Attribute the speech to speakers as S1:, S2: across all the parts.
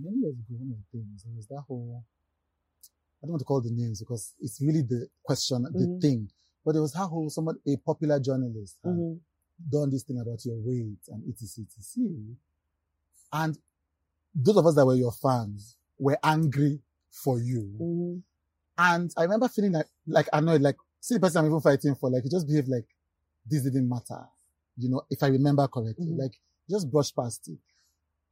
S1: many years ago, one of the things, there was that whole, I don't want to call the names because it's really the question, the
S2: Mhm.
S1: thing, but there was that whole, someone, a popular journalist had
S2: Mhm.
S1: done this thing about your weight and etc, etc. And those of us that were your fans were angry for you.
S2: Mhm.
S1: And I remember feeling like, like annoyed, like, see the person I'm even fighting for, like, you just behave like this didn't matter. You know, if I remember correctly,
S2: Mhm.
S1: like, just brush past it.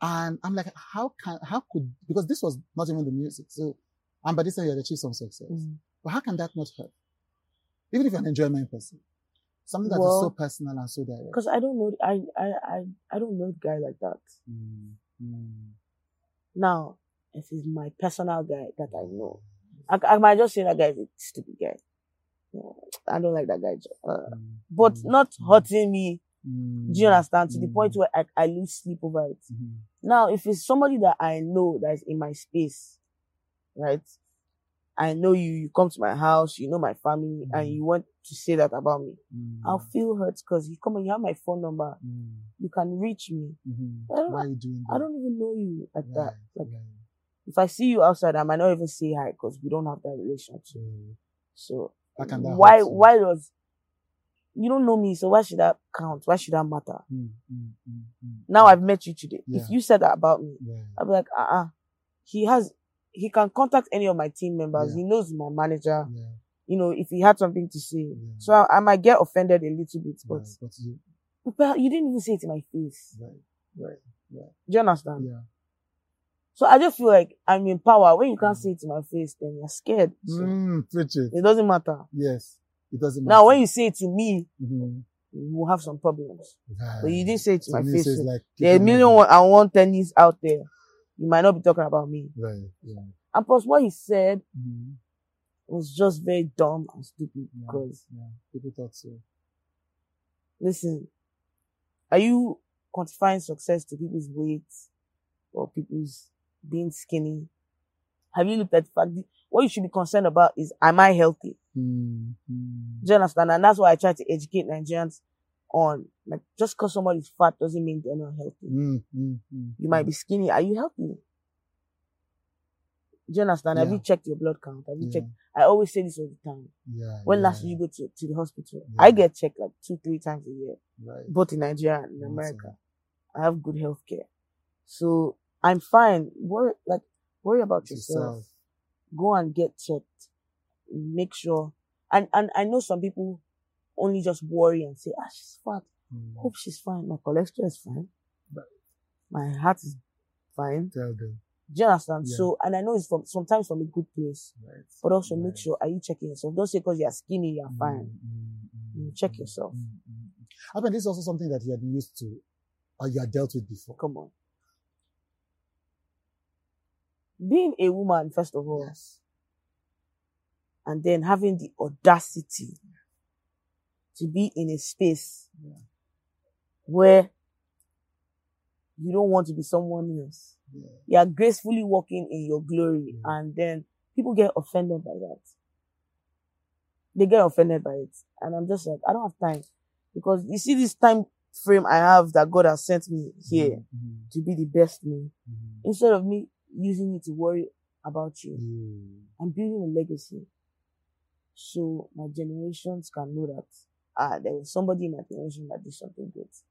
S1: And I'm like, how can, how could, because this was not even the music. So, and by this time you had achieved some success.
S2: Mhm.
S1: But how can that not hurt? Even if you're an enjoyment person, something that is
S2: Well,
S1: so personal and so direct.
S2: Because I don't know, I, I, I, I don't know the guy like that.
S1: Mm, mm.
S2: Now, this is my personal guy that I know. I, I might just say that guy is a stupid guy. No, I don't like that guy. Uh,
S1: Mm,
S2: but
S1: mm,
S2: not
S1: mm,
S2: hurting me. Do you
S1: mm,
S2: understand? To the
S1: Mm.
S2: point where I, I lose sleep over it.
S1: mhm,
S2: Now, if it's somebody that I know that is in my space, right? I know you, you come to my house, you know my family, and
S1: Mhm.
S2: you want to say that about me.
S1: mm,
S2: I'll feel hurt because you come and you have my phone number.
S1: mm,
S2: You can reach me.
S1: mhm.
S2: I don't-
S1: Why are you doing that?
S2: I don't even know you at
S1: Right,
S2: that. Like,
S1: right.
S2: if I see you outside, I might not even say hi because we don't have that relationship.
S1: Mm.
S2: So
S1: How can that
S2: why
S1: hurt you?
S2: why does you don't know me? So why should that count? Why should that matter?
S1: Mm, mm, mm, mm,
S2: Now
S1: mm.
S2: I've met you today.
S1: Yeah.
S2: If you said that about me,
S1: Yeah.
S2: I'd be like, uh uh He has he can contact any of my team members.
S1: Yeah.
S2: He knows my manager.
S1: Yeah.
S2: You know, if he had something to say.
S1: Yeah.
S2: So I, I might get offended a little bit, but
S1: Right. But you,
S2: but you didn't even say it in my face.
S1: right, right.
S2: Do you understand?
S1: Yeah.
S2: So I just feel like I'm in power. When you can't
S1: Mm.
S2: say it in my face, then you're scared. So
S1: Mm, preach it.
S2: It doesn't matter.
S1: Yes. It doesn't matter.
S2: Now, when you say it to me,
S1: Mhm.
S2: we'll have some problems.
S1: Right.
S2: But you didn't say it to,
S1: To
S2: my
S1: me,
S2: face.
S1: so it's
S2: so
S1: like
S2: there are a
S1: keeping
S2: million
S1: up
S2: one- and one tennis out there. You might not be talking about me.
S1: with- Right. Yeah.
S2: And plus, what he said
S1: Mhm.
S2: was just very dumb and stupid.
S1: Yeah.
S2: Because,
S1: Yeah. People thought so.
S2: listen, are you quantifying success to people's weight or people's being skinny? Have you looked at the fact that what you should be concerned about is, am I healthy?
S1: Mm, mm,
S2: Do you understand? And that's why I try to educate Nigerians on, like, just because somebody's fat doesn't mean they're not healthy.
S1: mm, mm, mm,
S2: You might be skinny. Are you healthy? Do you understand? Have
S1: Yeah.
S2: you checked your blood count? Have you
S1: yeah.
S2: checked? I always say this all the time.
S1: Yeah.
S2: When
S1: yeah,
S2: last did you go to, to the hospital?
S1: Yeah.
S2: I get checked like two, three times a year,
S1: Right.
S2: both in Nigeria and in
S1: Once a
S2: America. I have good health care. So I'm fine. Worry, like, worry about yourself.
S1: Yourself.
S2: Go and get checked. Make sure. And, and I know some people only just worry and say, ah, she's fat.
S1: Mm.
S2: Hope she's fine. My cholesterol is fine.
S1: But-
S2: My heart is fine.
S1: Tell them.
S2: Do you understand?
S1: Yeah.
S2: So, and I know it's from sometimes from a good place,
S1: Right.
S2: but also
S1: right.
S2: make sure are you checking yourself? Don't say because you're skinny, you're fine. You check yourself.
S1: mm. I mean, this is also something that you had been used to or you had dealt with before.
S2: Come on. Being a woman, first of all,
S1: Yes.
S2: and then having the audacity to be in a space
S1: Yeah.
S2: where you don't want to be someone else.
S1: Yeah.
S2: You are gracefully walking in your glory,
S1: Yeah.
S2: and then people get offended by that. They get offended by it, and I'm just like, I don't have time because you see this time frame I have that God has sent me here
S1: Mhm,
S2: to be the best me.
S1: mhm, mhm.
S2: Instead of me using it to worry about you,
S1: Mm.
S2: I'm building a legacy. So my generations can know that ah, there was somebody in my generation that did something great.